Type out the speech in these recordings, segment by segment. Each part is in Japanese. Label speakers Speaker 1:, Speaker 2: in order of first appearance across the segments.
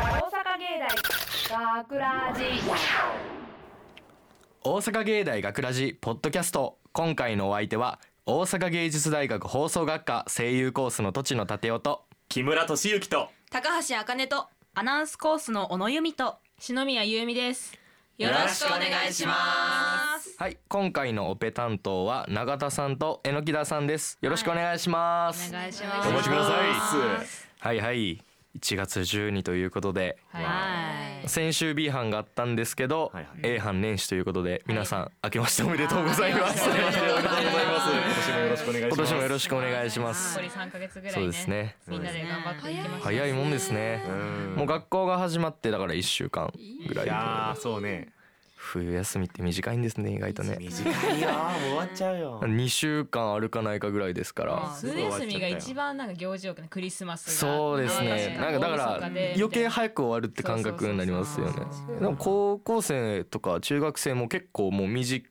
Speaker 1: 芸大学ラジ
Speaker 2: 大阪芸大学ラジポッドキャスト今回のお相手は大阪芸術大学放送学科声優コースの栃野立夫と
Speaker 3: 木村俊之と
Speaker 4: 高橋あかねと
Speaker 5: アナウンスコースの小野由美と
Speaker 4: 篠宮ゆうみです
Speaker 3: よろしくお願いします
Speaker 2: はい今回のオペ担当は永田さんと榎木田さんですよろしくお願いします
Speaker 5: お
Speaker 2: は
Speaker 5: 願いし
Speaker 4: ま
Speaker 5: ますす
Speaker 3: お待ちください
Speaker 2: いはい1月12ということで
Speaker 5: はい
Speaker 2: 先週 B 班があったんですけど、
Speaker 3: はいはい
Speaker 2: A 班年始ということで皆さん、明けましておめでとうございます
Speaker 5: あー明けましておめでとうございます
Speaker 3: 今年もよろしくお願いします
Speaker 2: 今年もよろしくお願いします
Speaker 5: 残り三ヶ月ぐらいね
Speaker 2: そうですね
Speaker 5: みんなで頑張っていきましょう
Speaker 2: 早いもんですね
Speaker 3: うん
Speaker 2: もう学校が始まってだから1週間ぐらい
Speaker 3: いやーそうね
Speaker 2: 冬休みって短いんですね意外とね
Speaker 3: 短いよもう終わっちゃうよ
Speaker 2: 2週間あるかないかぐらいですから
Speaker 4: 冬休みが一番なんか行事よくねクリスマスが
Speaker 2: そうですねなんかだから余計
Speaker 4: 入
Speaker 2: 早く終わるって感覚になりますよね
Speaker 4: そうそうそうそう
Speaker 2: でも高校生とか中学生も結構もう短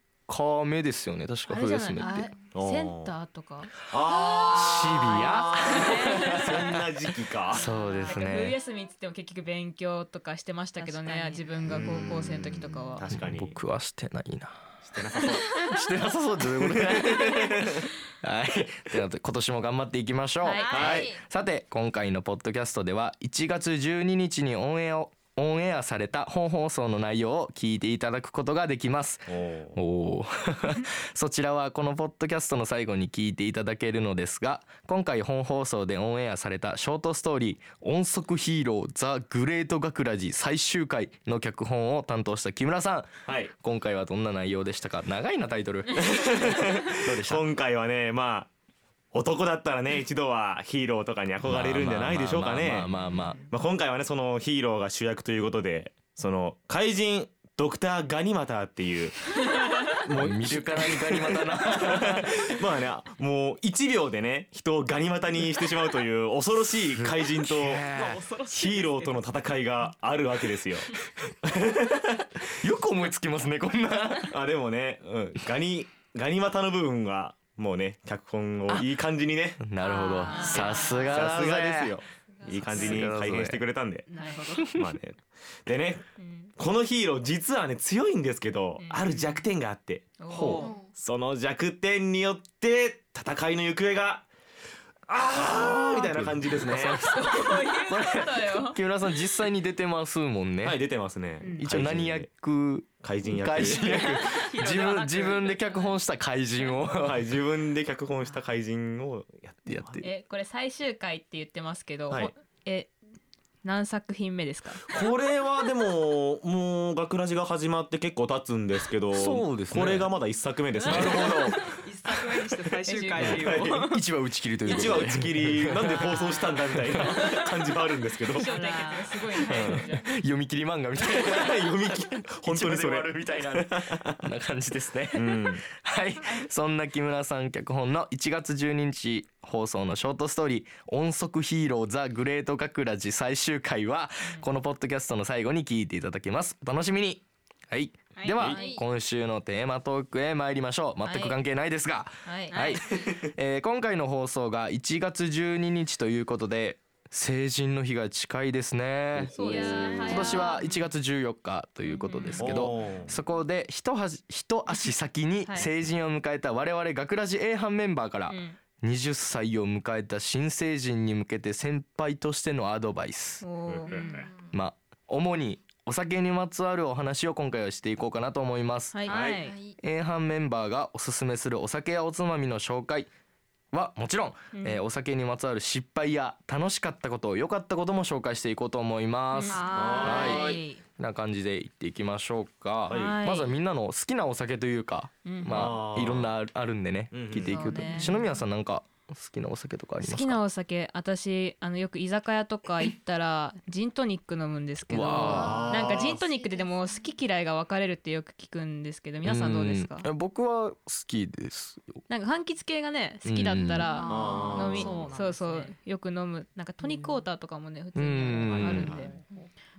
Speaker 2: めですよね確か
Speaker 4: あれ
Speaker 2: 冬
Speaker 4: じ
Speaker 2: 休
Speaker 4: ゃない
Speaker 2: みって
Speaker 3: おー
Speaker 4: センターとか
Speaker 3: あ
Speaker 2: シビア
Speaker 3: ーそんな時期か
Speaker 2: そうです
Speaker 4: なんか冬
Speaker 2: ね
Speaker 4: 休みっつっても結局勉強とかしてましたけど
Speaker 5: 確
Speaker 4: ね
Speaker 5: かに
Speaker 4: 自分が高校生の時とかは
Speaker 3: 確かに
Speaker 2: 僕はしてないな
Speaker 3: してなさそう
Speaker 2: してなさそうってどういう ことはい。ということで今年も頑張っていきましょう。
Speaker 5: はい
Speaker 2: さて今回のポッドキャストでは1月12日にオンエアをオンエアされた本放送の内容を聞いていただくことができます。
Speaker 3: おー
Speaker 2: おー そちらはこのポッドキャストの最後に聞いていただけるのですが今回本放送でオンエアされたショートストーリー「音速ヒーローザ・グレート・ガクラジ」最終回の脚本を担当した木村さん
Speaker 3: はい
Speaker 2: 今回はどんな内容でしたか長いなタイト ルどうでした
Speaker 3: 今回はねまあ男だったらね一度はヒーローとかに憧れるんじゃないでしょうかね
Speaker 2: まあまあまあまあまあ
Speaker 3: まあ、今回はねそのヒーローが主役ということでその怪人ドクター・ガニマターっていう
Speaker 2: もう見るからにガニ股 な
Speaker 3: まあねもう1秒でね人をガニ股にしてしまうという恐ろしい怪人とヒーローとの戦いがあるわけですよ。
Speaker 2: よく思いつきますねこんな
Speaker 3: あでもね、うん、ガニガニ股の部分はもうね脚本をいい感じにね
Speaker 2: なるほど
Speaker 5: あー
Speaker 2: さすがだ
Speaker 3: さ
Speaker 2: ぜ
Speaker 3: すがですよいい感じに改変してくれたんで。
Speaker 5: なるほど
Speaker 3: まあねでねこのヒーロー実はね強いんですけど、ある弱点があって。
Speaker 5: ほ
Speaker 3: その弱点によって戦いの行方があーみたいな感じですね。
Speaker 4: そういうことよ
Speaker 2: 木村さん実際に出てますもんね、
Speaker 3: はい出てますね。
Speaker 2: 一応何
Speaker 3: 怪人で
Speaker 2: 役
Speaker 3: 怪人役
Speaker 2: 怪人 役自分自分で脚本した怪人を
Speaker 3: はい自分で脚本した怪人をやって
Speaker 2: や
Speaker 3: ま
Speaker 2: っ
Speaker 3: す
Speaker 2: て
Speaker 4: えこれ最終回って言ってますけど、
Speaker 3: はい
Speaker 4: ほえ何作品目ですか
Speaker 3: これはでももう学ラジが始まって結構経つんですけど、
Speaker 2: そうですね
Speaker 3: これがまだ一作目ですね。
Speaker 5: 一作目にして最終回っていう
Speaker 3: はい
Speaker 2: 一話打ち切りということで
Speaker 3: 一話打ち切りなんで放送したんだみたいな感じもあるんですけど
Speaker 4: 小
Speaker 3: 読
Speaker 4: 対決がすごいねじゃあ
Speaker 2: 読み切り漫画みたいな
Speaker 3: み切り本当に
Speaker 2: 一
Speaker 3: そ
Speaker 2: 話で終
Speaker 3: れ
Speaker 2: わ。るみたいなこんな感じですね
Speaker 3: うん
Speaker 2: はい、そんな木村さん脚本の1月12日放送のショートストーリー「音速ヒーローザ・グレート・カクラジ」最終回はこのポッドキャストの最後に聞いていただけますお楽しみにはい、
Speaker 5: はい
Speaker 2: では、
Speaker 5: はい
Speaker 2: 今週のテーマトークへ参りましょう全く関係ないですが
Speaker 4: はい、
Speaker 2: はい、えー今回の放送が1月12日ということで成人の日が近いですね
Speaker 5: そうですね
Speaker 2: 今年は1月14日ということですけど、
Speaker 3: おー
Speaker 2: そこで一足一足先に
Speaker 4: はい
Speaker 2: 成人を迎えた我々学ラジ A 班メンバーから
Speaker 4: うん
Speaker 2: 20歳を迎えた新成人に向けて先輩としてのアドバイス
Speaker 4: おー
Speaker 2: まあ主にお酒にまつわるお話を今回はしていこうかなと思います、
Speaker 4: はい、
Speaker 3: は
Speaker 4: はいい
Speaker 2: A 班メンバーがおすすめするお酒やおつまみの紹介はもちろん、えーお酒にまつわる失敗や楽しかったこと良かったことも紹介していこうと思います、
Speaker 4: は
Speaker 2: はい
Speaker 4: い
Speaker 2: な感じで行っていきましょうか、
Speaker 4: はい
Speaker 2: まずはみんなの好きなお酒というか、
Speaker 4: ん
Speaker 2: ま
Speaker 3: あ
Speaker 2: あ
Speaker 3: ー
Speaker 2: いろんなあるあるんでね、
Speaker 3: うんうん
Speaker 2: 聞いていくと、
Speaker 4: そうね
Speaker 2: 篠宮さんなんか好きなお酒とかあります
Speaker 4: 好
Speaker 2: か
Speaker 4: きなお酒私あのよく居酒屋とか行ったらジントニック飲むんですけど
Speaker 2: わ
Speaker 3: ー
Speaker 4: なんかジントニックででも好き嫌いが分かれるってよく聞くんですけど皆さんどうですか
Speaker 2: んえ僕は好きですよ
Speaker 4: なんか柑橘系がね好きだったら
Speaker 3: あー
Speaker 4: 飲み
Speaker 5: そうなんですね
Speaker 4: そうそうよく飲むなんかトニックウォーターとかもね普通
Speaker 2: う
Speaker 4: に
Speaker 2: ん
Speaker 4: あるんで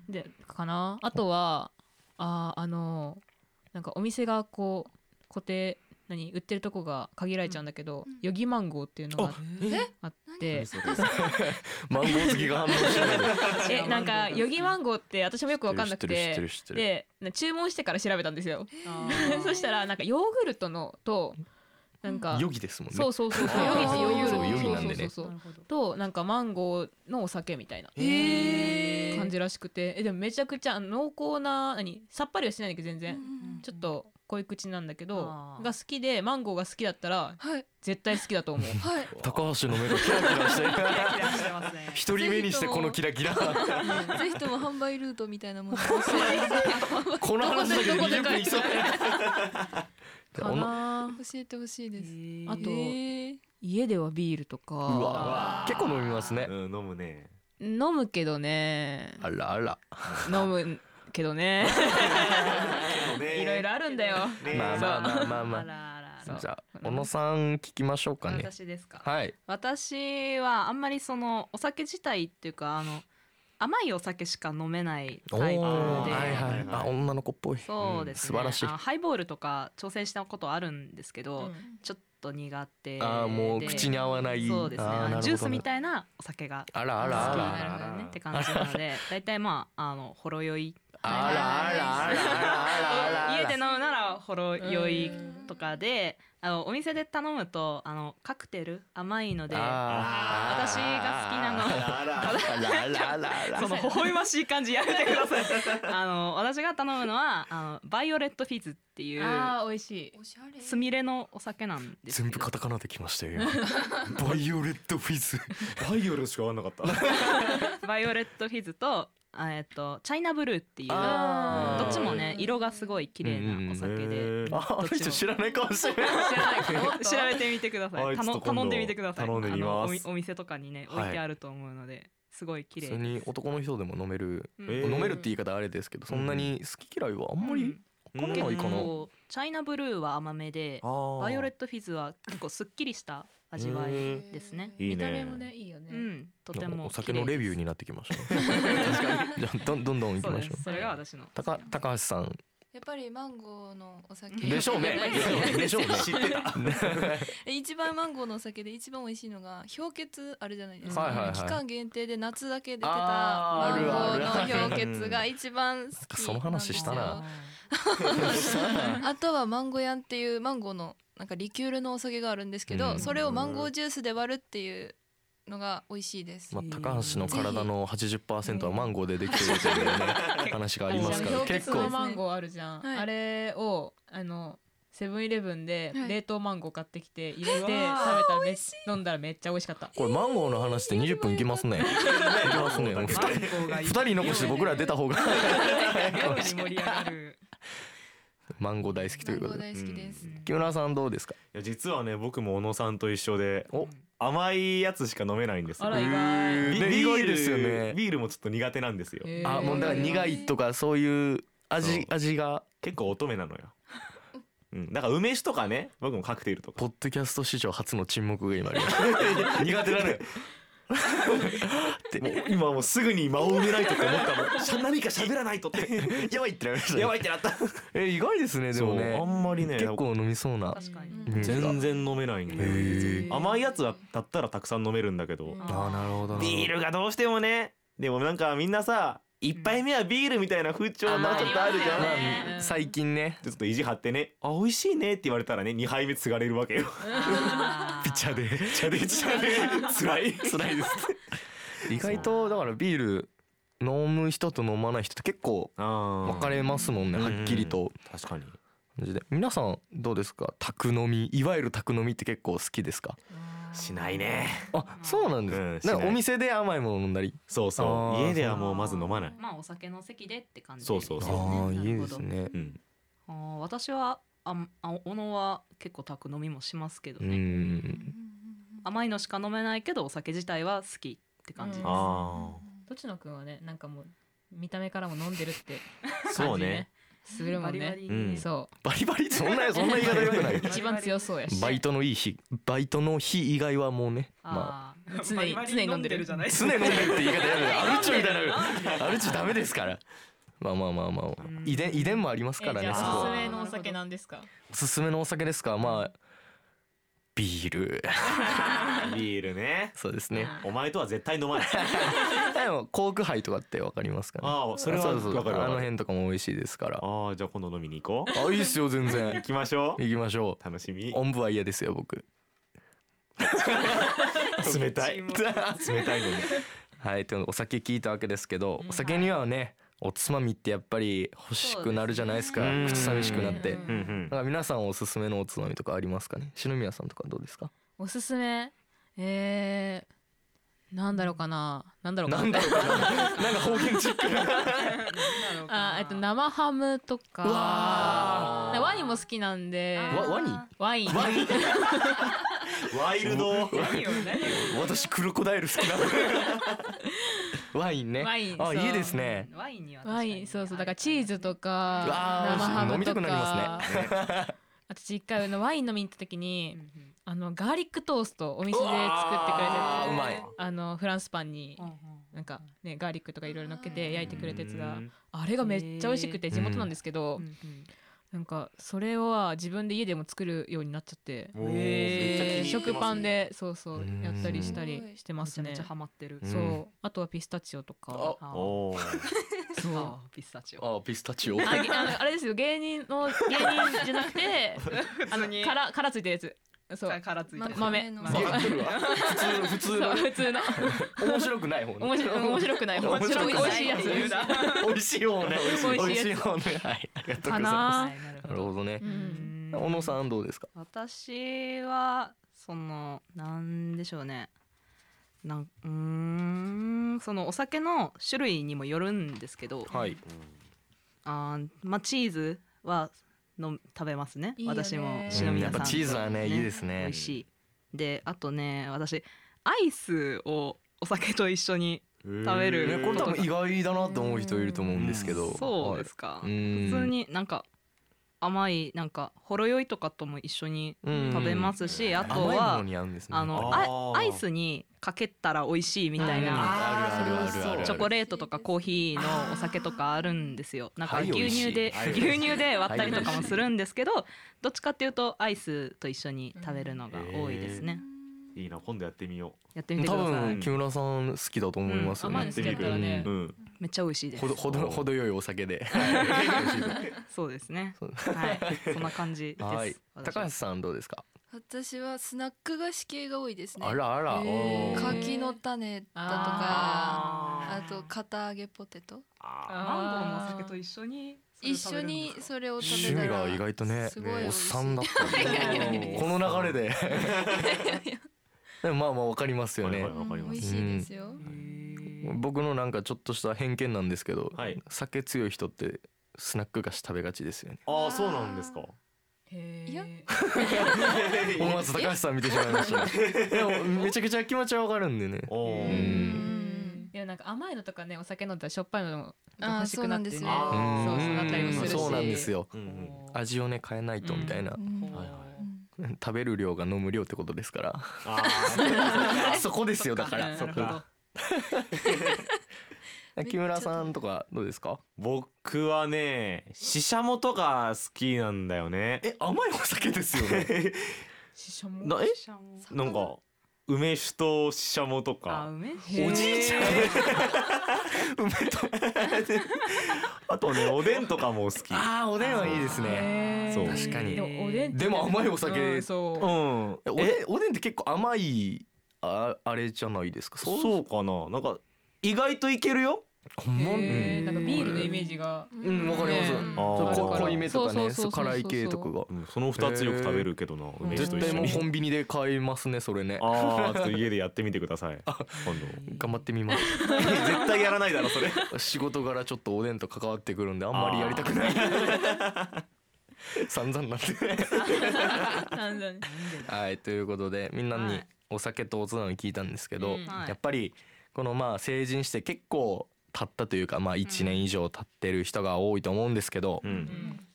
Speaker 4: でかなあとはあーあのなんかお店がこう固定何売ってるとこが限られちゃうんだけど、ヨギマンゴーっていうのがあって
Speaker 2: マンゴー好きが反応してる
Speaker 4: えなんかヨギマンゴーって私もよく分かんなく
Speaker 2: 知ってる知っ
Speaker 4: て
Speaker 2: てる知ってる
Speaker 4: でな注文してから調べたんですよそしたらなんかヨーグルトのとなんか
Speaker 2: ヨギですもんね
Speaker 4: そうそうそうそう
Speaker 5: あ
Speaker 4: ヨギ
Speaker 5: ー
Speaker 4: とヨーグルト
Speaker 2: そうヨギなんでね
Speaker 4: そうそうそうとなんかマンゴーのお酒みたいな
Speaker 5: え
Speaker 4: 感じらしくてえでもめちゃくちゃ濃厚な何さっぱりはしないんだけど全然、ちょっと濃い口なんだけど
Speaker 5: あー
Speaker 4: が好きでマンゴーが好きだったら
Speaker 6: はい
Speaker 4: 絶対好きだと思う
Speaker 2: 高橋の目がキラキラしてる
Speaker 5: してますね
Speaker 2: 一人目にしてこのキラキラ
Speaker 6: ぜひとも販売ルートみたいなものを
Speaker 2: この話だけで20分いきそう
Speaker 4: かな
Speaker 6: 教えてほしいです。
Speaker 4: あと
Speaker 6: えー
Speaker 4: 家ではビールとか
Speaker 2: うわ結構飲みますね
Speaker 3: うん飲むね
Speaker 4: 飲むけどね
Speaker 2: あらあら
Speaker 4: 飲むけどねいろいろあるんだよ
Speaker 3: ね
Speaker 2: まあまあまあまあま
Speaker 5: あ
Speaker 2: あ
Speaker 5: らあら
Speaker 4: そう
Speaker 2: じゃあ小野さん聞きましょうかね
Speaker 5: 私ですか
Speaker 2: はい
Speaker 5: 私はあんまりそのお酒自体っていうかあの甘いお酒しか飲めない
Speaker 2: お
Speaker 5: タイプで、
Speaker 2: ーはいは
Speaker 3: はい
Speaker 2: いあ女の子っぽい
Speaker 5: そうですね、
Speaker 2: 素晴らしい
Speaker 5: あハイボールとか挑戦したことあるんですけ
Speaker 4: う
Speaker 5: ど、
Speaker 4: ん
Speaker 5: ちょっと苦手で
Speaker 2: あーもう口に合わない
Speaker 5: そうですね
Speaker 2: あーなるほどね
Speaker 5: ジュースみたいなお酒が
Speaker 2: あらあらあら
Speaker 6: なるほどね
Speaker 5: って感じなの で大体まああのほろ酔い
Speaker 2: あらあらあらあらあら
Speaker 5: 家で飲むならほろ酔いとかであのお店で頼むとあのカクテル甘いので
Speaker 2: あー
Speaker 5: 私が好きなの
Speaker 3: あら
Speaker 2: あらあらあらあら
Speaker 5: その微笑ましい感じやめてください あの私が頼むのはあのバイオレットフィズっていう
Speaker 4: あー美味しい
Speaker 6: おしゃれ。
Speaker 5: スミレのお酒なんですけど
Speaker 2: 全部カタカナできま したよバイオレットフィズ
Speaker 3: バイオルしか合わなかった
Speaker 5: バイオレットフィズとあえっとチャイナブルーっていうど
Speaker 2: あー
Speaker 5: っちもね色がすごい綺麗なお酒
Speaker 3: うん
Speaker 5: で
Speaker 3: うんうん
Speaker 2: ああの人知らないかもしれない
Speaker 5: 知らないけど 調べてみてくださ
Speaker 3: はいいちょっと今度
Speaker 5: 頼頼んでみてください
Speaker 3: 頼んでみます
Speaker 5: あのおみお店とかにね
Speaker 3: はい
Speaker 5: 置いてあると思うのですごい綺
Speaker 2: 普
Speaker 5: 麗
Speaker 2: 通に男の人でも飲める、
Speaker 3: え
Speaker 5: う
Speaker 3: ー
Speaker 5: ん
Speaker 2: 飲めるって言い方あれですけどそんなに好き嫌いはあんまりわからない
Speaker 5: 結
Speaker 2: かな、
Speaker 5: 構チャイナブルーは甘めでバ
Speaker 3: バ
Speaker 5: イオレットフィズは結構すっきりした味わいですね
Speaker 3: いいね
Speaker 4: 見た目もねいいよね、
Speaker 5: うんとて
Speaker 2: お
Speaker 5: も
Speaker 2: お酒のレビュー
Speaker 5: に
Speaker 2: になってきましたねじゃあどんどんどん行き
Speaker 5: そう
Speaker 2: ま
Speaker 5: で
Speaker 2: しょ
Speaker 5: すそれが私の
Speaker 2: う高高橋さん
Speaker 6: やっぱりマンゴーのお酒。
Speaker 2: でしょう ねでしょうね
Speaker 3: 知ってた
Speaker 6: え 一番マンゴーのお酒で一番美味しいのが氷結あるじゃないですか、
Speaker 2: はいはいはい
Speaker 6: 期間限定で夏だけ出てた
Speaker 2: あ
Speaker 6: マ
Speaker 2: ー
Speaker 6: ンゴ
Speaker 2: あるあ
Speaker 6: ー
Speaker 2: る
Speaker 6: の氷結が一番好きなんですよ
Speaker 2: その話したな
Speaker 6: あとはマンゴーヤンっていうマンゴーのなんかリキュールのお酒があるんですけど、
Speaker 2: うん
Speaker 6: それをマンゴージュースで割るっていうのが美味しいで す、
Speaker 2: まあ、高橋の体の80%はマンゴーでできてるというね話がありますか
Speaker 4: あの
Speaker 2: ら
Speaker 4: 氷
Speaker 2: 結
Speaker 4: 結
Speaker 2: 構
Speaker 4: のマンゴーあるじゃん、
Speaker 6: はい
Speaker 4: あれをあのセブンイレブンで
Speaker 6: はい
Speaker 4: 冷凍マンゴー買ってきて入れて食べた
Speaker 5: うわー
Speaker 4: らめっ飲んだらめっちゃ美味しかった
Speaker 2: これマンゴーの話で20分いきますねいきますね2人残して僕ら出た方が
Speaker 5: 妙に盛り上が る
Speaker 2: マンゴー大好きと
Speaker 6: マ
Speaker 2: いう
Speaker 6: ンゴ
Speaker 2: こと
Speaker 6: ー
Speaker 2: で
Speaker 6: 大好きです、
Speaker 2: 木村さんどうですか
Speaker 3: いや実はね僕も小野さんと一緒で
Speaker 2: お
Speaker 3: 甘いやつしか飲めないんですよ
Speaker 4: あら意外、
Speaker 3: ビ
Speaker 2: ね
Speaker 3: ビ
Speaker 2: 意
Speaker 3: ー
Speaker 2: 外
Speaker 3: ル
Speaker 2: ですよね
Speaker 3: ビールもちょっと苦手なんですよ
Speaker 4: へー
Speaker 2: あもうだから苦いとかそういう
Speaker 3: そう
Speaker 2: 味味が
Speaker 3: 結構乙女なのようん、だから梅酒とかね僕もカクテルとか
Speaker 2: ポッドキャスト史上初の沈黙が今あります
Speaker 3: 苦手なの よもう今もうすぐに間を埋めないとって思ったもんし ゃ何か喋らないとって
Speaker 2: やばいってなりましたね
Speaker 3: やばいってなった
Speaker 2: え意外ですねでも
Speaker 3: そうあ
Speaker 2: ね
Speaker 3: んまりね
Speaker 2: 結構飲みそうな
Speaker 5: 確かに
Speaker 4: うん
Speaker 2: イメージが
Speaker 3: 全然飲めないん
Speaker 2: へ
Speaker 3: で
Speaker 2: ー
Speaker 3: 甘いやつだったらたくさん飲めるんだけど
Speaker 4: うん
Speaker 2: あーなるほどな
Speaker 3: ビールがどうしてもねでもなんかみんなさ一杯目はビールみたいな風潮
Speaker 2: ま
Speaker 3: が
Speaker 2: あ
Speaker 3: ちょっとあるじゃん、
Speaker 5: ま
Speaker 3: で
Speaker 5: あね
Speaker 2: まあ最近ね
Speaker 3: ちょっと意地張ってね「あ美味しいね」って言われたらね二杯目継がれるわけよ
Speaker 5: あー
Speaker 2: ピッチャーで
Speaker 3: じゃあでじゃあね辛い
Speaker 2: 辛いです意外とだからビール飲む人と飲まない人って結構
Speaker 3: あ
Speaker 2: 分かれますもんね
Speaker 3: うん
Speaker 2: はっきりと
Speaker 3: 確かに
Speaker 2: 感じで皆さんどうですか宅飲みいわゆる宅飲みって結構好きですか
Speaker 3: しないね
Speaker 2: あそうなんで
Speaker 3: うん
Speaker 2: す
Speaker 3: しな
Speaker 2: ないんかお店で甘いもの飲んだり
Speaker 3: そう
Speaker 2: あ
Speaker 3: そう
Speaker 2: ー
Speaker 3: 家ではもうまず飲まない
Speaker 5: まあお酒の席でって感じ
Speaker 3: そうそう
Speaker 2: あ
Speaker 3: そう
Speaker 2: あ
Speaker 5: ない
Speaker 2: い
Speaker 5: る
Speaker 2: で
Speaker 5: ほ
Speaker 2: す
Speaker 5: ど
Speaker 2: ね
Speaker 3: うん
Speaker 5: あー私はあんあ小野は結構宅飲みもしますけど
Speaker 2: う
Speaker 5: ね、
Speaker 2: ん
Speaker 5: 甘いのしか飲めないけどお酒自体は好きって感じです、
Speaker 4: うん
Speaker 3: あ
Speaker 4: どっちのくんはねなんかもう見た目からも飲んでるって
Speaker 3: あそうね
Speaker 4: するもん
Speaker 5: バ
Speaker 4: ね
Speaker 5: リバリに
Speaker 3: うん
Speaker 4: そ
Speaker 2: バリバリそんなそんな言い方よくな いう
Speaker 4: 一番強そうやし
Speaker 2: バイトのいい日バイトの日以外はもうねまあ
Speaker 5: あー、
Speaker 4: 常に
Speaker 5: バリバリ
Speaker 4: 常に飲んでる
Speaker 5: じゃない
Speaker 2: 常飲んでるって言い方やめてアルチョみたいなアルチョダメですからまあまあまあまあ
Speaker 5: うん
Speaker 2: 遺伝遺伝もありますから
Speaker 4: えじ
Speaker 2: ね
Speaker 4: ゃ
Speaker 2: そこ
Speaker 4: あおすす
Speaker 2: は
Speaker 4: めのお酒なんですか
Speaker 2: おすすめのお酒ですかまあビール
Speaker 3: ビールね
Speaker 2: そうですね
Speaker 3: お前とは絶対飲ま ない
Speaker 2: でもコーク杯とかってわかりますかね
Speaker 3: ああそれは
Speaker 2: う
Speaker 3: 分
Speaker 2: う
Speaker 3: かる
Speaker 2: あの
Speaker 3: わかる
Speaker 2: 辺とかも美味しいですから
Speaker 3: ああじゃあ今度飲みに行こ う
Speaker 2: あいいっすよ全然
Speaker 3: 行きましょう
Speaker 2: 行きましょ
Speaker 3: 楽し
Speaker 2: う
Speaker 3: み
Speaker 2: おんぶは嫌ですよ僕
Speaker 3: 冷たい 冷たいのに
Speaker 2: はいというのでお酒聞いたわけですけど、お酒にはねおつまみってやっぱり欲しくなるじゃないですか
Speaker 3: そうですね
Speaker 2: 口寂しくなって、
Speaker 4: うん
Speaker 3: うんうん
Speaker 2: なんか皆さんおすすめのおつまみとかありますかね篠宮さんとかどうですか
Speaker 4: おすすめえー、なんだろうかななんだろうか な
Speaker 2: なんだろうかななんか方言チックな
Speaker 4: あえっと 生ハムとか
Speaker 2: わ
Speaker 4: ワニも好きなんで
Speaker 2: わワニ
Speaker 4: ワイン
Speaker 3: ワイルド
Speaker 2: 私クロコダイル好きなの ワインね
Speaker 4: ワイン
Speaker 2: あ
Speaker 4: そう
Speaker 2: いいですね
Speaker 5: ワインには確か
Speaker 4: ワ
Speaker 5: に
Speaker 4: インそうそうだからチーズとか
Speaker 2: わ
Speaker 4: 生
Speaker 2: あ
Speaker 4: ハム
Speaker 2: 飲み
Speaker 4: と
Speaker 2: たくなり
Speaker 4: か
Speaker 2: ま
Speaker 4: 私一 回あのワイン飲みに行った時
Speaker 5: う
Speaker 4: に
Speaker 5: んうん
Speaker 4: あのガーリックトーストお店で作ってくれて
Speaker 2: あーう
Speaker 4: て
Speaker 2: まい
Speaker 4: あのフランスパンになんかねガーリックとかいろいろ乗っけて焼いてくれたやつがあれがめっちゃ美味しくて地元なんですけど
Speaker 5: うんうん
Speaker 4: なんかそれは自分で家でも作るようになっちゃって
Speaker 3: おー
Speaker 4: えー
Speaker 3: めっちゃ気に入ってますね
Speaker 4: 食パンでそうそう
Speaker 2: うん
Speaker 4: やったりしたりしてま
Speaker 5: めち
Speaker 4: す
Speaker 5: ゃめ
Speaker 4: ね
Speaker 5: ちゃハマってる
Speaker 2: うん
Speaker 4: そうあとはピスタチオとか
Speaker 5: あー
Speaker 3: おー
Speaker 4: そう
Speaker 5: あーピスタチオ
Speaker 2: あピスタチオ
Speaker 4: あげあのあれですよ芸人の芸人じゃなくてあの殻殻ついてるやつそう
Speaker 5: からついてる
Speaker 4: 豆
Speaker 6: の
Speaker 4: 豆
Speaker 2: わかるわ普通の普通
Speaker 4: そう
Speaker 2: の
Speaker 4: 普通の
Speaker 2: 面白くない方ね
Speaker 4: 面白面白くない
Speaker 2: 面
Speaker 4: 面
Speaker 2: 白
Speaker 4: 白
Speaker 2: く
Speaker 4: く
Speaker 2: ない
Speaker 4: 美味しいやつ
Speaker 5: 言うな
Speaker 2: 美味しい方ね
Speaker 4: 美味しいやつ
Speaker 2: 方ねはいありがとうござ
Speaker 4: か
Speaker 2: いま
Speaker 4: な
Speaker 5: はいなる
Speaker 2: すな
Speaker 5: ほど
Speaker 2: るほどね
Speaker 4: う、ん
Speaker 2: 小野さんどうですか
Speaker 5: 私はそのなんでしょうねなんうーんそのお酒の種類にもよるんですけど、
Speaker 2: はい
Speaker 5: あーまあチーズはの食べますね
Speaker 4: いいよね
Speaker 5: 私も
Speaker 4: うん
Speaker 5: 篠宮さんと、
Speaker 2: やっぱチーズはねいいですね
Speaker 5: 美味しいであとね私アイスをお酒と一緒に
Speaker 3: 食
Speaker 5: べ
Speaker 2: ね
Speaker 5: る
Speaker 2: これ多分意外だなと思う人いると思うんですけど
Speaker 5: そうですか、
Speaker 2: はい
Speaker 5: 普通になんか甘いなんかほろ酔いとかとも一緒に食べますし、あと
Speaker 2: 甘いも
Speaker 5: は
Speaker 2: のに合うんですね
Speaker 5: あ
Speaker 3: あ
Speaker 5: の
Speaker 3: ー
Speaker 5: あアイスにかけたら美味しいみたい
Speaker 2: うん
Speaker 5: な
Speaker 2: あるあるある
Speaker 5: そ
Speaker 2: あ
Speaker 5: う
Speaker 2: るある
Speaker 5: チョコレートとかコーヒーのお酒とかあるんですよなんか
Speaker 2: はい美
Speaker 5: 牛
Speaker 2: 味しい
Speaker 5: 乳で
Speaker 3: はい美味しい
Speaker 5: 牛乳で割ったりとかもするんですけどどっちかっていうとアイスと一緒に食べるのが多いですね、
Speaker 3: いいな今度やってみよ
Speaker 5: やってみてく
Speaker 2: 多
Speaker 5: ださ
Speaker 2: 分
Speaker 5: い
Speaker 2: 木村さん好きだと思いますよ
Speaker 4: うん甘い
Speaker 2: ね
Speaker 4: の好きだったらね
Speaker 3: ううん
Speaker 5: めっちゃ美味しいです
Speaker 2: ほどほどほど良いお酒で
Speaker 5: そうですね
Speaker 2: そう
Speaker 5: はいそんな感じで す、
Speaker 2: はい
Speaker 5: 私
Speaker 2: 高橋さんどうですか
Speaker 6: 私はスナック菓子系が多いですね
Speaker 2: あらあら
Speaker 4: えー
Speaker 2: おー
Speaker 6: 柿の種だとかあ
Speaker 5: あ
Speaker 6: と片揚げポテト
Speaker 3: あ
Speaker 5: マンゴーのお酒と一緒にそれを
Speaker 6: 一
Speaker 5: 食
Speaker 6: 緒
Speaker 5: べるんで
Speaker 2: 趣
Speaker 6: にそれを食べ
Speaker 5: す
Speaker 6: た
Speaker 2: 味
Speaker 6: ら
Speaker 2: が意外とね
Speaker 6: すごい美
Speaker 2: おっ
Speaker 6: 味しい
Speaker 2: さんだったね
Speaker 3: ー
Speaker 2: この流れででもまあまあわかりますよ
Speaker 3: はい
Speaker 2: ね
Speaker 3: はいわかります
Speaker 6: 美味しいですよ、
Speaker 2: 僕のなんかちょっとした偏見なんですけど
Speaker 3: はい
Speaker 2: 酒強い人ってスナック菓子食べがちですよね
Speaker 3: ああそうなん ですか
Speaker 6: いや
Speaker 2: 思わず高橋さん見てしまいましたね でもめちゃくちゃ気持ちはわかるんでね
Speaker 3: お
Speaker 2: う
Speaker 3: お
Speaker 4: うん
Speaker 3: ー
Speaker 4: いやなんか甘いのとかねお酒飲んだらしょっぱいのも
Speaker 6: あー
Speaker 4: 欲しくなってね
Speaker 6: そう
Speaker 4: そう
Speaker 6: な
Speaker 2: うん
Speaker 4: そうなったりもするし
Speaker 2: そうなんですよ
Speaker 3: うんうん
Speaker 2: 味をね変えないとみたいな
Speaker 6: う、ん
Speaker 3: はいは
Speaker 2: 食べる量が飲む量ってことですから
Speaker 3: あー
Speaker 2: そこですよだから
Speaker 3: そっか
Speaker 2: 木村さんとかどうですか
Speaker 3: 僕はねししゃもとか好きなんだよね
Speaker 2: え甘いお酒ですよね
Speaker 4: シシャ モ
Speaker 3: なえ
Speaker 6: 魚
Speaker 3: なんか梅酒とししゃもと
Speaker 5: あ
Speaker 3: か
Speaker 5: 梅酒
Speaker 2: おじいちゃん梅と
Speaker 3: あとねおでんとかも好き
Speaker 2: あーおでんはいいですね
Speaker 4: えー
Speaker 3: そう
Speaker 2: 確かに
Speaker 4: でもおでんって
Speaker 2: でも甘いお酒
Speaker 4: うん
Speaker 3: う
Speaker 4: そ
Speaker 3: ん
Speaker 2: えおでんおでんって結構甘いああれじゃないですか
Speaker 3: そう
Speaker 2: う
Speaker 3: そうかななんか意外といけるよ
Speaker 2: ほ
Speaker 4: うん
Speaker 2: ま
Speaker 4: へー
Speaker 2: うん
Speaker 4: なんかビールのイメージ が
Speaker 2: うんわかります
Speaker 4: ね
Speaker 2: ち
Speaker 3: あー
Speaker 2: ょっと
Speaker 3: あ
Speaker 2: こ
Speaker 3: るから
Speaker 2: 濃いめとかね
Speaker 4: そうそうそうそうそう
Speaker 2: 辛い系とかが
Speaker 3: うんその二つよく食べるけどな梅酒
Speaker 2: 絶
Speaker 3: と一
Speaker 2: 対
Speaker 3: 緒
Speaker 2: もう
Speaker 3: に
Speaker 2: コンビニで買いますねそれね
Speaker 3: ああちょっと家でやってみてください今
Speaker 2: 頑張ってみます
Speaker 3: 度絶対やらないだろそれ
Speaker 2: 仕事柄ちょっとおでんと関わってくるんであんまりやりたくない 散々なんで
Speaker 4: なんだね
Speaker 2: はいということでみんな
Speaker 5: は
Speaker 2: に
Speaker 5: い
Speaker 2: お酒とおつまみ聞いたんですけど、
Speaker 4: うん
Speaker 5: はい
Speaker 2: やっぱりこのまあ成人して結構経ったというかまあ1年以上経ってる人が多いと思うんですけど、
Speaker 3: うん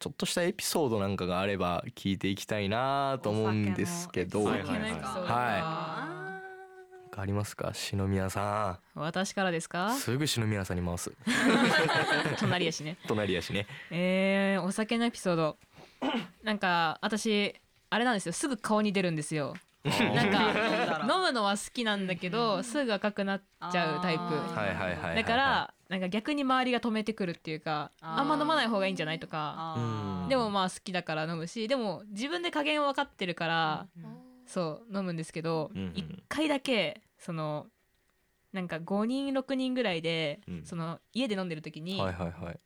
Speaker 2: ちょっとしたエピソードなんかがあれば聞いていけたいなと思うんですけど
Speaker 5: お
Speaker 4: お
Speaker 5: 酒
Speaker 4: 酒
Speaker 5: の
Speaker 4: のエピソード
Speaker 2: はい
Speaker 4: か
Speaker 2: ありますか篠宮さ
Speaker 4: 私からですか
Speaker 2: んすぐ篠宮さんに回す
Speaker 4: 隣やしね
Speaker 2: 隣やしね
Speaker 4: えー、お酒のエピソードなんか私あれなんですよすぐ顔に出るんですよなんか飲むのは好きなんだけどすぐ赤くなっちゃうタイプ
Speaker 6: あ
Speaker 2: はいはいはいはい、はい、
Speaker 4: だからなんか逆に周りが止めてくるっていうか
Speaker 5: あー
Speaker 4: あんま飲まない方がいいんじゃないとか
Speaker 5: あー
Speaker 4: でもまあ好きだから飲むしでも自分で加減分かってるから
Speaker 6: うん
Speaker 4: そう飲むんですけど
Speaker 3: うんうん
Speaker 4: 一回だけそのなんか5人6人ぐらいで
Speaker 3: うん
Speaker 4: その家で飲んでる時に
Speaker 2: はいはいはい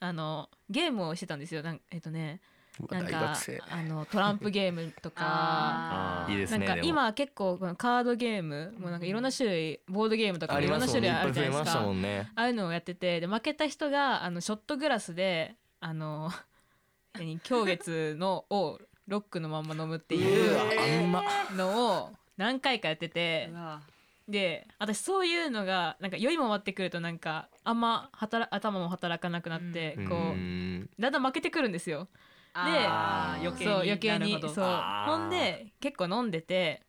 Speaker 4: あのゲームをしてたんですよなんえっとね
Speaker 2: うわ
Speaker 4: なん
Speaker 2: 大
Speaker 4: か
Speaker 2: 学生
Speaker 4: あのトランプゲームとか。
Speaker 5: あー
Speaker 2: いいです
Speaker 4: なん
Speaker 2: ね
Speaker 4: か
Speaker 2: でも
Speaker 4: 今結構このカードゲームもうなんかいろんな種類ボードゲームとか
Speaker 2: あ
Speaker 4: い
Speaker 2: り
Speaker 4: ろん
Speaker 2: ま
Speaker 4: な
Speaker 2: すも
Speaker 4: 種
Speaker 2: んね
Speaker 4: 類
Speaker 2: いっ
Speaker 4: あ
Speaker 2: ぱ
Speaker 4: る
Speaker 2: い増えます
Speaker 4: じゃないで
Speaker 2: したも
Speaker 4: か
Speaker 2: んね
Speaker 4: ああいうのをやっててで負けた人があのショットグラスであの 何狂月のをロックのまんま飲むっていう
Speaker 2: あんま
Speaker 4: のを何回かやってて
Speaker 5: うわ
Speaker 4: で私そういうのがなんか酔いも回ってくるとなんかあんま働頭も働かなくなって、こ
Speaker 2: う
Speaker 4: うんだんだん負けてくるんですよ。
Speaker 5: あー
Speaker 4: で
Speaker 5: 余計
Speaker 4: そ
Speaker 5: に
Speaker 4: う余計に
Speaker 5: なるほど
Speaker 4: そう
Speaker 3: あー
Speaker 4: ほんで結構飲んでて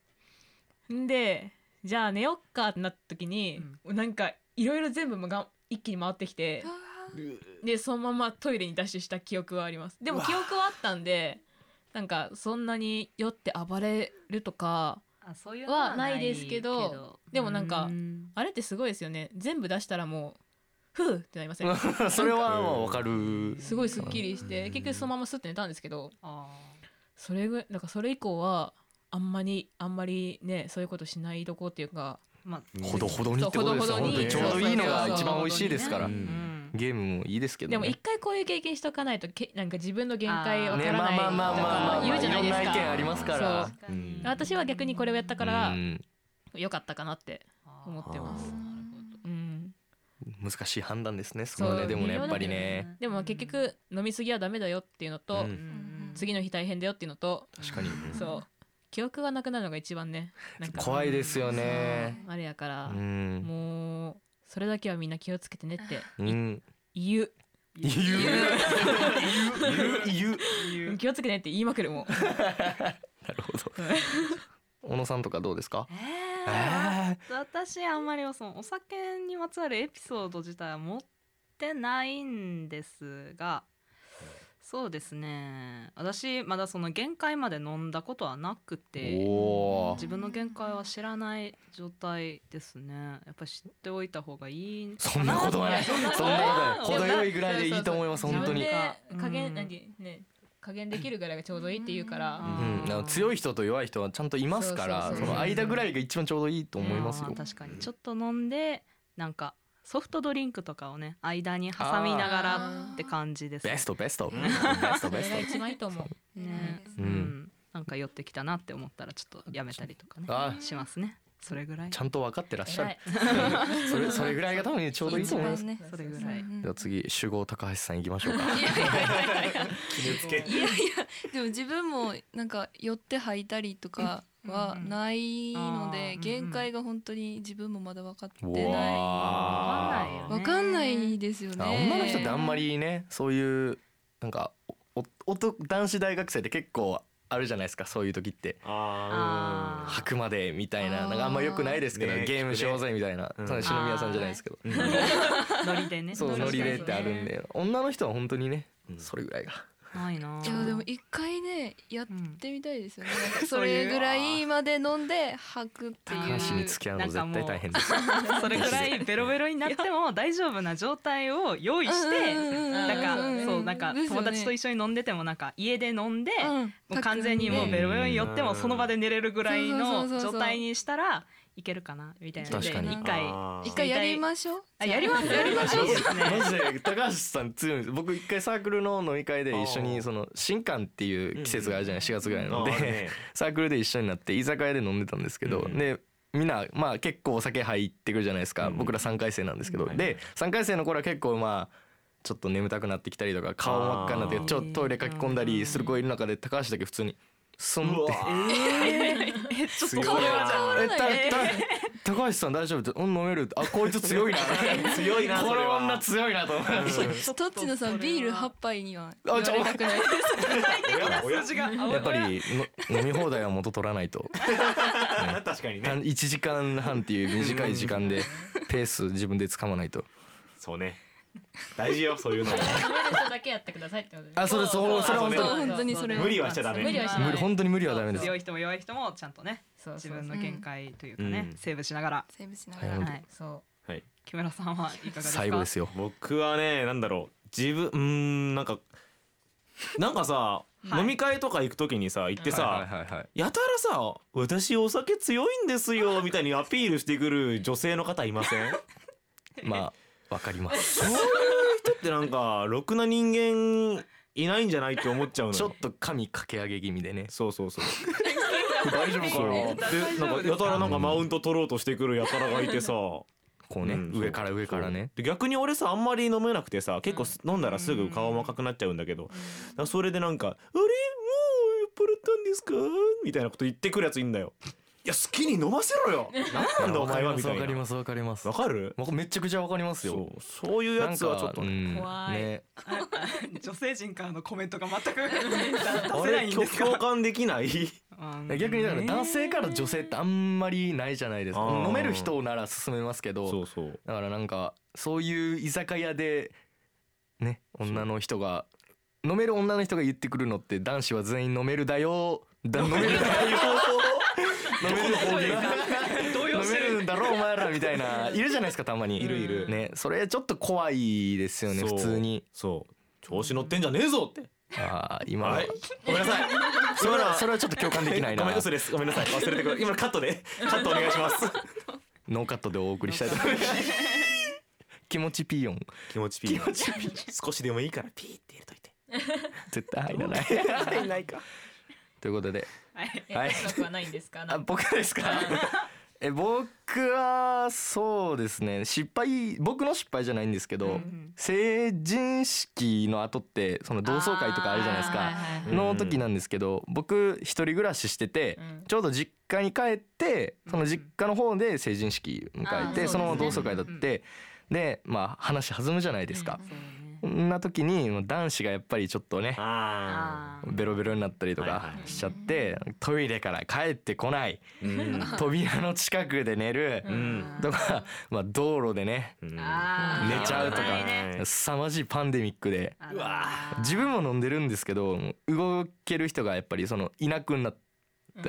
Speaker 4: んでじゃあ寝よっかってなった時に、なんかいろいろ全部が一気に回ってきてでそのままトイレにダッシュした記憶はありますでも記憶はあったんでなんかそんなに酔って暴れるとか
Speaker 5: あそういうの
Speaker 4: はないですけどでもなんか
Speaker 5: う
Speaker 4: あれってすごいですよね全部出したらもうふうってなりません
Speaker 2: それはまあわかる
Speaker 4: すごいすっきりして結局そのままスッて寝たんですけど
Speaker 5: あ
Speaker 4: それぐらいだからそれ以降はあんまりあんまりねそういうことしないどこっていうか
Speaker 5: ーまあ
Speaker 2: ほどほどにってことですよ
Speaker 4: そ
Speaker 2: 本
Speaker 4: うほどほどに
Speaker 2: 当にちょうどいいのが一番美味しいですから
Speaker 3: うん
Speaker 5: うん
Speaker 2: ゲームもいいですけど
Speaker 4: でも
Speaker 2: ね
Speaker 4: 一回こういう経験しておかないとけなんか自分の限界わか
Speaker 2: ね
Speaker 4: ら
Speaker 2: ま
Speaker 4: ない
Speaker 2: あ
Speaker 4: と
Speaker 2: まあまあまあまあ
Speaker 4: か言うじゃないです
Speaker 2: いろんな意見あ
Speaker 4: か
Speaker 2: りますから
Speaker 4: そう
Speaker 3: うん
Speaker 4: 私は逆にこれをやったから
Speaker 2: うん
Speaker 4: 良かったかなって思ってます
Speaker 3: あ
Speaker 4: うん
Speaker 2: 難しい判断ですねその
Speaker 4: そ
Speaker 2: ね
Speaker 4: う
Speaker 2: でもねやっぱりね
Speaker 4: でも結局飲みすぎはダメだよっていうのと
Speaker 2: うん
Speaker 5: うん
Speaker 4: 次の日大変だよっていうのと
Speaker 2: 確かに
Speaker 4: そう記憶がなくなるのが一番ねなんか
Speaker 2: 怖いですよね
Speaker 4: あれやか
Speaker 2: う
Speaker 4: ら
Speaker 2: ん
Speaker 4: もうそれだけはみんな気をつけてねって
Speaker 2: うん
Speaker 4: 言う
Speaker 2: 言う言う
Speaker 4: うん 気をつけてねって言いまくるもう
Speaker 2: なるほど 小野さんとかどうですか
Speaker 5: えー
Speaker 2: え
Speaker 5: 私あんまりそのお酒にまつわるエピソード自体は持ってないんですがそうですね私まだその限界まで飲んだことはなく
Speaker 2: ー
Speaker 5: て
Speaker 2: おー
Speaker 5: 自分の限界は知らない状態ですねやっぱ知っておいた方がいい
Speaker 2: そんなことは ないそんなことはない程よいぐらいでいいと思います
Speaker 4: そうそう
Speaker 2: 本当に
Speaker 4: 自分で加
Speaker 5: うん
Speaker 4: 減何ね加減できるぐらいがちょうどいいって言うから、
Speaker 2: うん、だから強い人と弱い人はちゃんといますから
Speaker 4: そう
Speaker 2: そ
Speaker 4: そうそう
Speaker 2: の間ぐらいが一番ちょうどいいと思います
Speaker 5: あ
Speaker 2: よ
Speaker 5: ー。確かにちょっと飲んでなんかソフトドリンクとかをね間に挟みながらって感じですね
Speaker 2: ベストベストベスト
Speaker 4: そ
Speaker 2: ベ
Speaker 4: れが
Speaker 2: ス
Speaker 4: 一番いいと思う。
Speaker 5: ね、
Speaker 2: う
Speaker 5: うんん、なんか寄ってきたなって思ったらちょっとやめたりとかね
Speaker 2: あ
Speaker 5: しますね。それぐらい
Speaker 2: ト。ちゃんと分かってらっしゃ
Speaker 4: 偉
Speaker 2: る
Speaker 4: い。
Speaker 2: それそれぐらいが多分ちょうどいいと思います。
Speaker 6: 一番ね
Speaker 5: それぐらい。
Speaker 2: では次主語高橋さん行きましょうか。
Speaker 6: いやい やいや
Speaker 3: 気をつけ
Speaker 6: いやいやでも自分もなんか寄って吐いたりとかはないの
Speaker 5: うんうんあーうん
Speaker 6: で
Speaker 5: うん
Speaker 6: 限界が本当に自分もまだ分かって
Speaker 2: う
Speaker 6: ない
Speaker 2: わ
Speaker 5: わかんないよ
Speaker 6: 分かんないですよ
Speaker 2: ーあ
Speaker 6: ね
Speaker 2: 女の人ってあんまりねそういうなんかおおと男子大学生って結構あるじゃないですかそういう時って。
Speaker 3: あ
Speaker 5: あ
Speaker 2: 吐くまでみたいな
Speaker 6: あー
Speaker 2: なんかあんま良くないですけど、
Speaker 3: ね
Speaker 2: ゲームしようぜみたいな、
Speaker 3: うん
Speaker 2: その篠宮さんじゃないですけど、
Speaker 5: ノリでね。
Speaker 2: そうノ
Speaker 4: ノリ
Speaker 2: リ
Speaker 4: で
Speaker 2: でってあるんで女の人は本当にね、
Speaker 3: うん
Speaker 2: それぐらいが
Speaker 5: ないな。
Speaker 6: いやでも一回ねやっ
Speaker 5: うん
Speaker 6: てみたいですよねなんかそれぐらいまで飲んで吐くって
Speaker 5: あ
Speaker 6: い
Speaker 5: ー
Speaker 6: う
Speaker 2: 話に付き合うの絶対大変です。
Speaker 5: それぐらいベロベロになっても大丈夫な状態を用意して。なんかそうなんか友達と一
Speaker 6: 緒
Speaker 5: 緒に飲んでてもなんか家で飲んでもう
Speaker 6: に
Speaker 5: 完全にもうベロベロに寄ってもその場で寝れるぐらいの
Speaker 6: うんそうそうそう
Speaker 5: 状
Speaker 6: そう
Speaker 5: 態にしたらいけるかなみたいなので
Speaker 2: 確かに
Speaker 5: 一回
Speaker 3: あー
Speaker 6: 一回やりましょう
Speaker 5: あやりますやりま しょう
Speaker 2: マジで高橋さん強いんです僕一回サークルの飲み会で一緒にその新館っていう季節があるじゃない4月ぐらいなので、
Speaker 3: あーね
Speaker 2: サークルで一緒になって居酒屋で飲んでたんですけど、
Speaker 3: うん
Speaker 2: でみんなまあ結構お酒入ってくるじゃないですか、
Speaker 3: うん
Speaker 2: 僕ら3回生なんですけど、
Speaker 3: うん
Speaker 2: で3回生の頃は結構まあちょっと眠たくなってきたりとか顔真っ赤になって
Speaker 3: あー
Speaker 2: ちょっとトイレ書き込んだりする子いる中で高橋だけ普通にスンっ
Speaker 3: うわ
Speaker 2: て。
Speaker 3: ー
Speaker 5: えちょっと
Speaker 2: 顔
Speaker 5: これはじゃあ
Speaker 2: えたた高橋さん大丈夫って、うん飲めるってあこいつ強いな
Speaker 3: 強 いな
Speaker 2: こ
Speaker 3: それ
Speaker 2: の
Speaker 3: は
Speaker 2: 女強いなと思いました
Speaker 6: トッチのさんビール8
Speaker 5: 杯
Speaker 6: 杯には言
Speaker 2: あ
Speaker 6: わ
Speaker 2: ちょ
Speaker 6: れたくない
Speaker 3: 親
Speaker 5: 違う
Speaker 2: やっぱりの飲み放題は元取らない と
Speaker 3: 親確かにね
Speaker 2: 1時間半っていう短い時間でペース自分で掴まないと
Speaker 3: そうね大事よそういうのも
Speaker 4: 食べる人だけやってくださいってこと
Speaker 2: あそうですそうそれは本当
Speaker 6: に本当にそれは
Speaker 3: 無理はしちゃダメ
Speaker 4: 無理はしちゃダメ
Speaker 2: 無理本当に無理はダメです
Speaker 5: 強い人も弱い人もちゃんとね
Speaker 4: そう
Speaker 5: 自
Speaker 4: そう
Speaker 5: 分
Speaker 4: そ
Speaker 5: の
Speaker 4: う
Speaker 5: 限界というかね、
Speaker 3: うん
Speaker 5: セーブしながら、
Speaker 6: セーブしな
Speaker 2: は
Speaker 6: が
Speaker 2: い
Speaker 6: ら
Speaker 5: はい
Speaker 4: そ
Speaker 3: はい
Speaker 5: 木村さんはいかがですか
Speaker 2: 最後ですよ
Speaker 3: 僕はねなんだろう自分うーんなんかなんかさ、飲み会とか行くときにさ行ってさ、
Speaker 2: はいはいはいはい
Speaker 3: やたらさ「私お酒強いんですよ」みたいにアピールしてくる女性の方いません
Speaker 2: まあわかり ます
Speaker 3: そういう人ってなんかろくな人間いないんじゃないって思っちゃうのよ
Speaker 2: ちょっと髪かけ上げ気味でね
Speaker 3: そうそうそう
Speaker 2: 大丈夫
Speaker 3: そうでなんかやたらなんかマウント取ろうとしてくるやたらがいてさ
Speaker 2: こうね、
Speaker 3: うん
Speaker 2: 上から上からね
Speaker 3: で逆に俺さあんまり飲めなくてさ結構す飲んだらすぐ顔も赤くなっちゃうんだけど、だからそれでなんか「あれもう酔っ払ったんですか?」みたいなこと言ってくるやついんだよ。いや好きに飲ませろよ何 なんだお前はみたい
Speaker 2: わかり
Speaker 3: な
Speaker 2: ますわかります
Speaker 3: わ
Speaker 2: わか
Speaker 3: かる
Speaker 2: りますわかめちゃくちゃわかります
Speaker 3: そ
Speaker 2: よ
Speaker 3: うそういうやつはちょっと
Speaker 2: な
Speaker 3: ね
Speaker 2: んか
Speaker 4: 怖い
Speaker 2: ね
Speaker 5: 女性陣からのコメントが全く 出
Speaker 3: あ
Speaker 5: せない
Speaker 3: れ
Speaker 5: ん
Speaker 3: 共
Speaker 5: です
Speaker 3: 共
Speaker 5: か
Speaker 3: 感できない
Speaker 2: 逆にだから男性から女性ってあんまりないじゃないですか
Speaker 3: あー
Speaker 2: 飲める人なら勧めますけど
Speaker 3: そうそう
Speaker 2: だからなんかそういう居酒屋でね女の人が飲める女の人が言ってくるのって男子は全員飲めるだよだ飲めるだよ飲める方言
Speaker 5: 動
Speaker 2: 飲
Speaker 5: 揺し
Speaker 2: め
Speaker 5: てる
Speaker 2: るんだろお前らみたいないるじゃないですかたまに
Speaker 3: いるいる
Speaker 2: ねそれちょっと怖いですよね
Speaker 3: そう
Speaker 2: 普通に
Speaker 3: そう調子乗ってんじゃねえぞって
Speaker 2: ああ今の
Speaker 3: はいごめんなさい
Speaker 2: それはそれはちょっと共感できないな
Speaker 3: ごめん嘘ですごめんなさい忘れてくだ今のカットでカットお願いします
Speaker 2: ノーカットでお送りしたいと思います気持ちピーヨン
Speaker 3: 気持ちピー気持ちピー少しでもいいからピーって入れといて
Speaker 2: 絶対入らない
Speaker 3: 入んないか
Speaker 2: ということで
Speaker 5: はい、
Speaker 4: う。
Speaker 2: はい
Speaker 4: え、哲学はないんですか。な
Speaker 2: あ
Speaker 4: んか
Speaker 2: 僕ですかえ僕はそうですね失敗僕の失敗じゃないんですけど、
Speaker 5: うん
Speaker 2: 成人式の後ってその同窓会とかあるじゃないです
Speaker 4: あー
Speaker 2: か
Speaker 4: はいはい
Speaker 3: ー
Speaker 2: の時なんですけど僕一人暮らししてて、
Speaker 4: うん
Speaker 2: ちょうど実家に帰ってその実家の方で成人式迎えて、
Speaker 4: あー
Speaker 2: その
Speaker 4: そう
Speaker 2: 同
Speaker 4: です
Speaker 2: 窓
Speaker 4: ね
Speaker 2: 会だって、でまあ話弾むじゃないですか、
Speaker 5: そうね
Speaker 2: そんな時にまあ男子がやっぱりちょっとね
Speaker 3: あ
Speaker 5: あー
Speaker 2: ベロベロになったりと
Speaker 3: は
Speaker 2: か
Speaker 3: いはい
Speaker 2: しちゃって、トイレから帰ってこない、
Speaker 3: ーうん
Speaker 2: 扉の近くで寝る、
Speaker 3: うん
Speaker 2: とか、まあ、道路でね
Speaker 3: うん
Speaker 5: あ
Speaker 2: 寝ちゃうとか
Speaker 5: 危ないね
Speaker 2: 凄まじいパンデミックで
Speaker 5: うわ
Speaker 2: 自分も飲んでるんですけど動ける人がやっぱりそのいなくなって、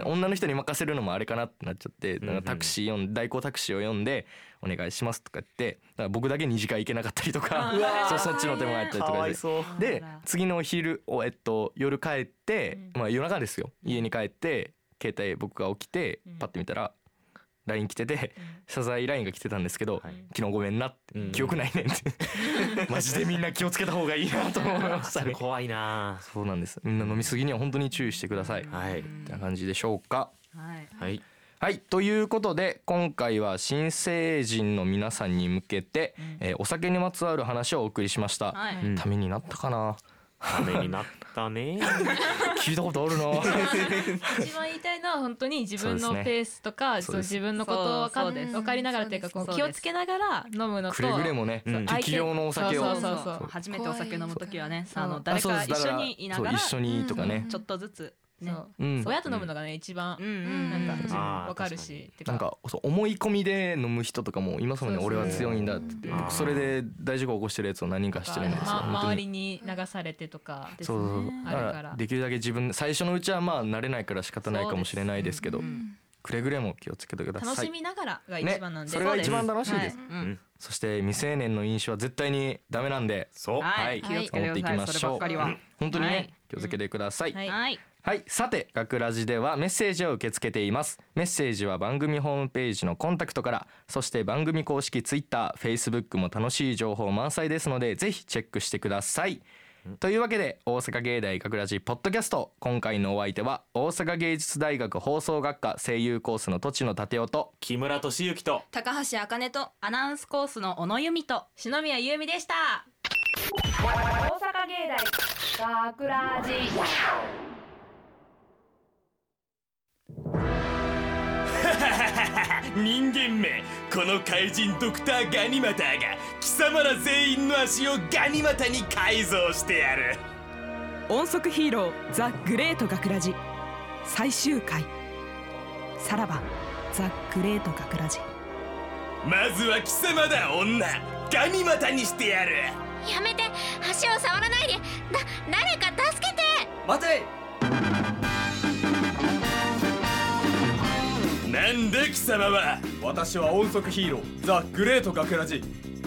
Speaker 2: 女の人に任せるのもあれかなってなっちゃって
Speaker 3: ん
Speaker 2: なんかタクシー呼ん代行タクシーを呼んで「お願いします」とか言ってだから僕だけ二次会行けなかったりとかそうそっちの手もやったりと
Speaker 3: か
Speaker 2: か
Speaker 3: わ
Speaker 2: で
Speaker 3: いそう
Speaker 2: で
Speaker 5: あら
Speaker 2: 次のお昼をえっと夜帰って、まあ夜中ですよ家に帰って携帯僕が起きて
Speaker 4: うん
Speaker 2: パッて見たら LINE 来てて、謝罪 LINE が来てたんですけど、
Speaker 3: はい
Speaker 2: 昨日ごめんなって、
Speaker 3: うん
Speaker 2: 記憶ないねんってマジでみんな気をつけた方がいいなと思いました
Speaker 3: それ
Speaker 2: ね
Speaker 3: 怖いな
Speaker 2: そうなんですみんな飲みすぎには本当に注意してください、っ
Speaker 3: はい
Speaker 2: てな感じでしょうか
Speaker 5: はい
Speaker 3: はい
Speaker 2: はいということで今回は新成人の皆さんに向けて、えーお酒にまつわる話をお送りしました、
Speaker 5: はい
Speaker 3: うん
Speaker 2: ためになったかな
Speaker 3: ためになったね
Speaker 2: 聞いたことあるな
Speaker 4: 一番言いたいのは本当に自分
Speaker 2: そう
Speaker 4: の
Speaker 2: ですね
Speaker 4: ペースとか、
Speaker 2: そ
Speaker 4: そうう
Speaker 2: です
Speaker 4: 自分のことをわか
Speaker 5: そ
Speaker 4: ん
Speaker 5: うです
Speaker 4: 分かりながらっていうか、こ
Speaker 5: そうう
Speaker 4: 気
Speaker 5: です
Speaker 4: をつけながら飲むのと。
Speaker 2: くれぐれもね、
Speaker 3: うん
Speaker 4: 相手
Speaker 2: 適量のお酒を
Speaker 4: そうそうそう
Speaker 5: そう初めてお酒飲む時はね
Speaker 4: 怖い
Speaker 5: あの誰
Speaker 2: あ
Speaker 5: か
Speaker 2: そうで
Speaker 5: 一
Speaker 2: すだ
Speaker 5: 緒
Speaker 2: ら
Speaker 5: にいながら
Speaker 2: そう
Speaker 5: ち
Speaker 2: 一緒にとかね、
Speaker 5: ょっとずつね
Speaker 4: そう
Speaker 2: うん
Speaker 4: 親と飲むのがね、一番
Speaker 5: う、んう
Speaker 4: なん
Speaker 5: ん
Speaker 4: か、自分
Speaker 3: あー
Speaker 4: わかるし。て
Speaker 2: なんかそう思い込みで飲む人とかもいますもんね
Speaker 4: そうそう
Speaker 2: 俺は強いんだって言って
Speaker 3: うん
Speaker 2: 僕それで大事故起こしてるやつを何人かしてるんですよ、
Speaker 4: ま
Speaker 2: 本当
Speaker 4: 周
Speaker 2: に
Speaker 4: りに流されてとかです
Speaker 2: そうそうそう
Speaker 4: ね。あ
Speaker 2: だ
Speaker 4: る
Speaker 2: か
Speaker 4: からら。
Speaker 2: できるだけ自分最初のうちはまあ慣れないから仕方ないかもしれないですけど
Speaker 5: うん
Speaker 2: くれぐれも気をつけてください
Speaker 4: 楽しみながらが一番なん
Speaker 2: ね、
Speaker 4: で。
Speaker 2: それが一番楽しいです、
Speaker 5: うんうん
Speaker 2: そして未成年の飲酒は絶対にダメなんで
Speaker 3: そう
Speaker 5: は
Speaker 2: はいい
Speaker 5: 気をつけて
Speaker 2: 守っていきま
Speaker 5: ください
Speaker 2: し
Speaker 5: それば
Speaker 2: ょ
Speaker 5: っかり
Speaker 2: う
Speaker 5: は
Speaker 2: 本当にね、
Speaker 5: はい
Speaker 2: 気をつけてください、
Speaker 4: はい
Speaker 5: はい
Speaker 2: はい、さて、学ラジではメッセージを受け付けています。メッセージは番組ホームページのコンタクトから、そして番組公式ツイッター、フェイスブックも楽しい情報満載ですので、ぜひチェックしてください。というわけで、大阪芸大学ラジポッドキャスト、今回のお相手は、大阪芸術大学放送学科声優コースの土地野立夫と、
Speaker 3: 木村敏行と
Speaker 5: 高橋茜とアナウンスコースの小野由美と
Speaker 4: 篠宮ゆうみでした。
Speaker 1: 大阪芸大学ラジ
Speaker 3: 人間めこの怪人ドクターガニマターが貴様ら全員の足をガニ股に改造してやる
Speaker 5: 音速ヒーローザ・グレート・ガクラジ最終回さらばザ・グレート・ガクラジ
Speaker 3: まずは貴様だ女ガニ股にしてやる
Speaker 7: やめて足を触らないでだ誰か助けて
Speaker 3: 待てなんだ貴様は
Speaker 8: 私は音速ヒーローザ・グレート・ガクラジ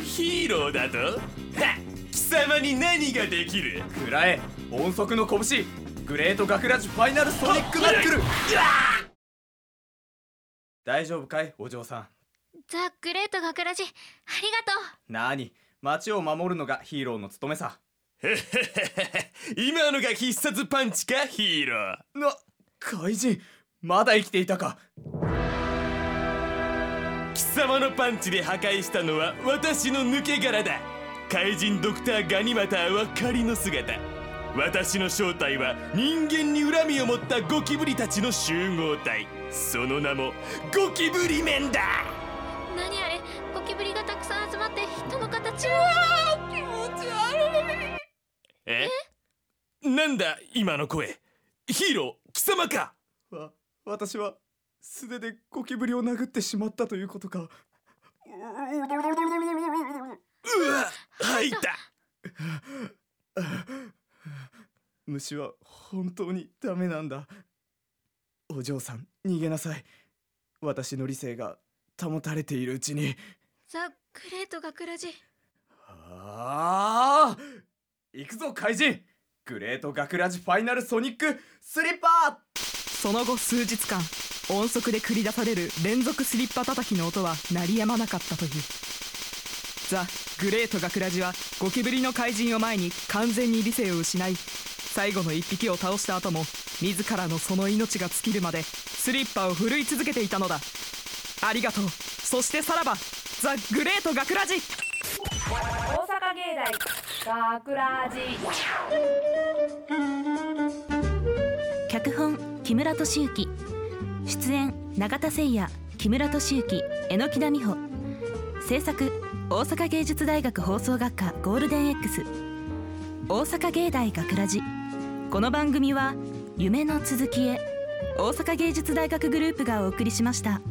Speaker 3: ヒーローだとはっ貴様に何ができる
Speaker 8: くらえ音速の拳グレート・ガクラジファイナルソニックナックル大丈夫かいお嬢さん
Speaker 7: ザ・グレート・ガクラジありがとう
Speaker 8: なに町を守るのがヒーローの務めさ
Speaker 3: 今のが必殺パンチかヒーロー
Speaker 8: な怪人まだ生きていたか
Speaker 3: 貴様のパンチで破壊したのは私の抜け殻だ怪人ドクターガニマターは仮の姿私の正体は人間に恨みを持ったゴキブリたちの集合体その名もゴキブリメンだ
Speaker 7: 何あれゴキブリがたくさん集まって人の形を気持ち悪い
Speaker 3: えなんだ今の声ヒーロー貴様か
Speaker 8: わ私は素手でゴキブリを殴ってしまったということか
Speaker 3: うわ吐いた
Speaker 8: 虫は本当にダメなんだお嬢さん逃げなさい私の理性が保たれているうちに
Speaker 7: ザ・グレート・ガクラジ
Speaker 8: ああ行くぞ怪人グレート・ガクラジファイナルソニックスリッパ
Speaker 5: その後数日間音速で繰り出される連続スリッパ叩きの音は鳴りやまなかったというザ・グレート・ガクラジはゴキブリの怪人を前に完全に理性を失い最後の1匹を倒した後も自らのその命が尽きるまでスリッパを振るい続けていたのだありがとうそしてさらばザ・グレート・ガクラジ
Speaker 1: 大阪芸大ガクラジ
Speaker 9: 脚本木村敏之出演永田誠也木村敏之榎木田美穂制作大阪芸術大学放送学科ゴールデン X 大阪芸大学ラジこの番組は夢の続きへ大阪芸術大学グループがお送りしました。